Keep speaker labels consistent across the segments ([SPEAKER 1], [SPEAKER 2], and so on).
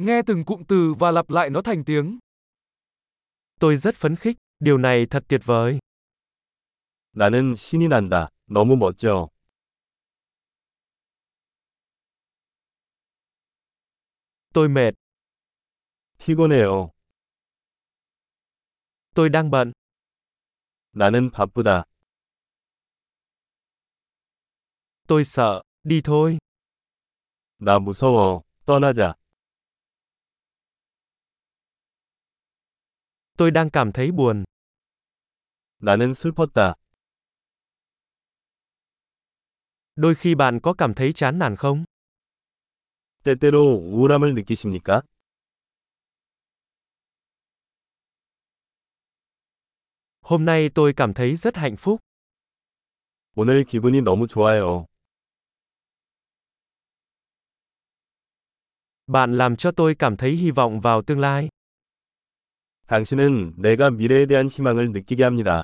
[SPEAKER 1] Nghe từng cụm từ và lặp lại nó thành tiếng.
[SPEAKER 2] Tôi rất phấn khích, điều này thật tuyệt vời.
[SPEAKER 3] 나는 신이 난다. 너무 멋져.
[SPEAKER 2] Tôi mệt,
[SPEAKER 3] 피곤해요.
[SPEAKER 2] tôi đang bận,
[SPEAKER 3] 나는 바쁘다.
[SPEAKER 2] tôi sợ, đi thôi.
[SPEAKER 3] 나 무서워. 떠나자.
[SPEAKER 2] Tôi đang cảm thấy buồn,
[SPEAKER 3] 나는 슬펐다.
[SPEAKER 2] đôi khi bạn có cảm thấy chán nản không?
[SPEAKER 3] 때때로 우울함을 느끼십니까?
[SPEAKER 2] Hôm nay tôi cảm thấy rất hạnh phúc,
[SPEAKER 3] 오늘 기분이 너무 좋아요.
[SPEAKER 2] bạn làm cho tôi cảm thấy hy vọng vào tương lai.
[SPEAKER 3] 당신은 내가 미래에 대한 희망을 느끼게 합니다.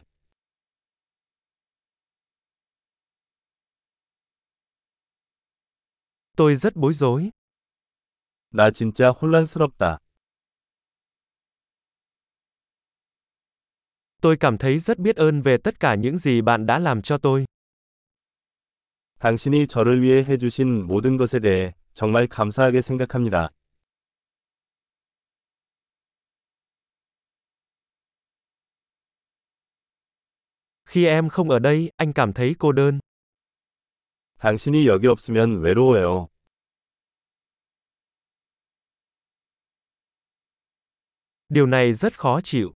[SPEAKER 2] Tôi rất bối rối,
[SPEAKER 3] 나 진짜 혼란스럽다.
[SPEAKER 2] tôi cảm thấy rất biết ơn về tất cả những gì bạn đã làm cho tôi.
[SPEAKER 3] 당신이 저를 위해 해주신 모든 것에 대해 정말 감사하게 생각합니다.
[SPEAKER 2] Khi em không ở đây, anh cảm thấy cô đơn.
[SPEAKER 3] 당신이 여기 없으면 외로워요.
[SPEAKER 2] Điều này rất khó chịu.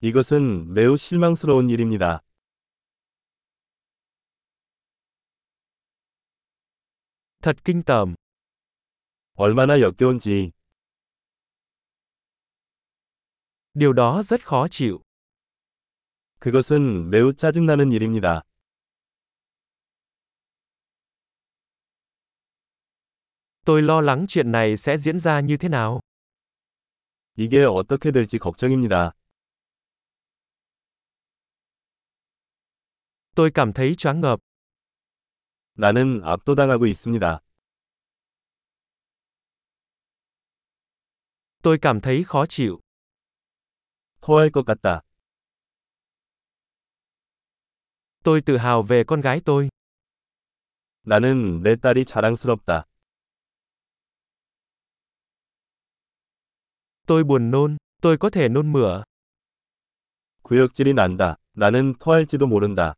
[SPEAKER 3] 이것은 매우 실망스러운 일입니다.
[SPEAKER 2] Thật kinh tởm,
[SPEAKER 3] 얼마나 역겨운지.
[SPEAKER 2] điều đó rất khó chịu.
[SPEAKER 3] 그것은 매우 짜증나는 일입니다.
[SPEAKER 2] Tôi lo lắng chuyện này sẽ diễn ra như thế nào.
[SPEAKER 3] 이게 어떻게 될지 걱정입니다.
[SPEAKER 2] Tôi cảm thấy choáng ngợp,
[SPEAKER 3] 나는 압도당하고 있습니다.
[SPEAKER 2] tôi cảm thấy khó chịu,
[SPEAKER 3] 토할 것 같다.
[SPEAKER 2] tôi tự hào về con gái tôi,
[SPEAKER 3] 나는 내 딸이 자랑스럽다.
[SPEAKER 2] tôi buồn nôn, tôi có thể nôn mửa,
[SPEAKER 3] 구역질이 난다. 나는 토할지도 모른다.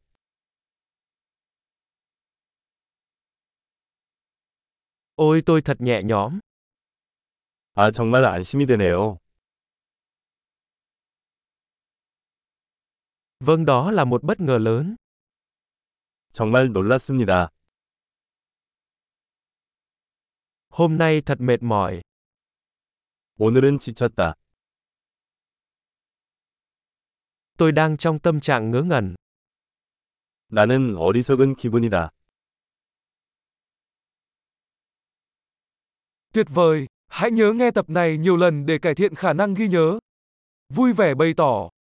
[SPEAKER 2] ôi tôi thật nhẹ nhõm,
[SPEAKER 3] 아, 정말 안심이 되네요.
[SPEAKER 2] vâng đó là một bất ngờ lớn,
[SPEAKER 3] 정말 놀랐습니다.
[SPEAKER 2] hôm nay thật mệt mỏi,
[SPEAKER 3] 오늘은 지쳤다.
[SPEAKER 2] tôi đang trong tâm trạng ngớ ngẩn,
[SPEAKER 3] 나는 어리석은 기분이다.
[SPEAKER 1] Tuyệt vời, hãy nhớ nghe tập này nhiều lần để cải thiện khả năng ghi nhớ. Vui vẻ bày tỏ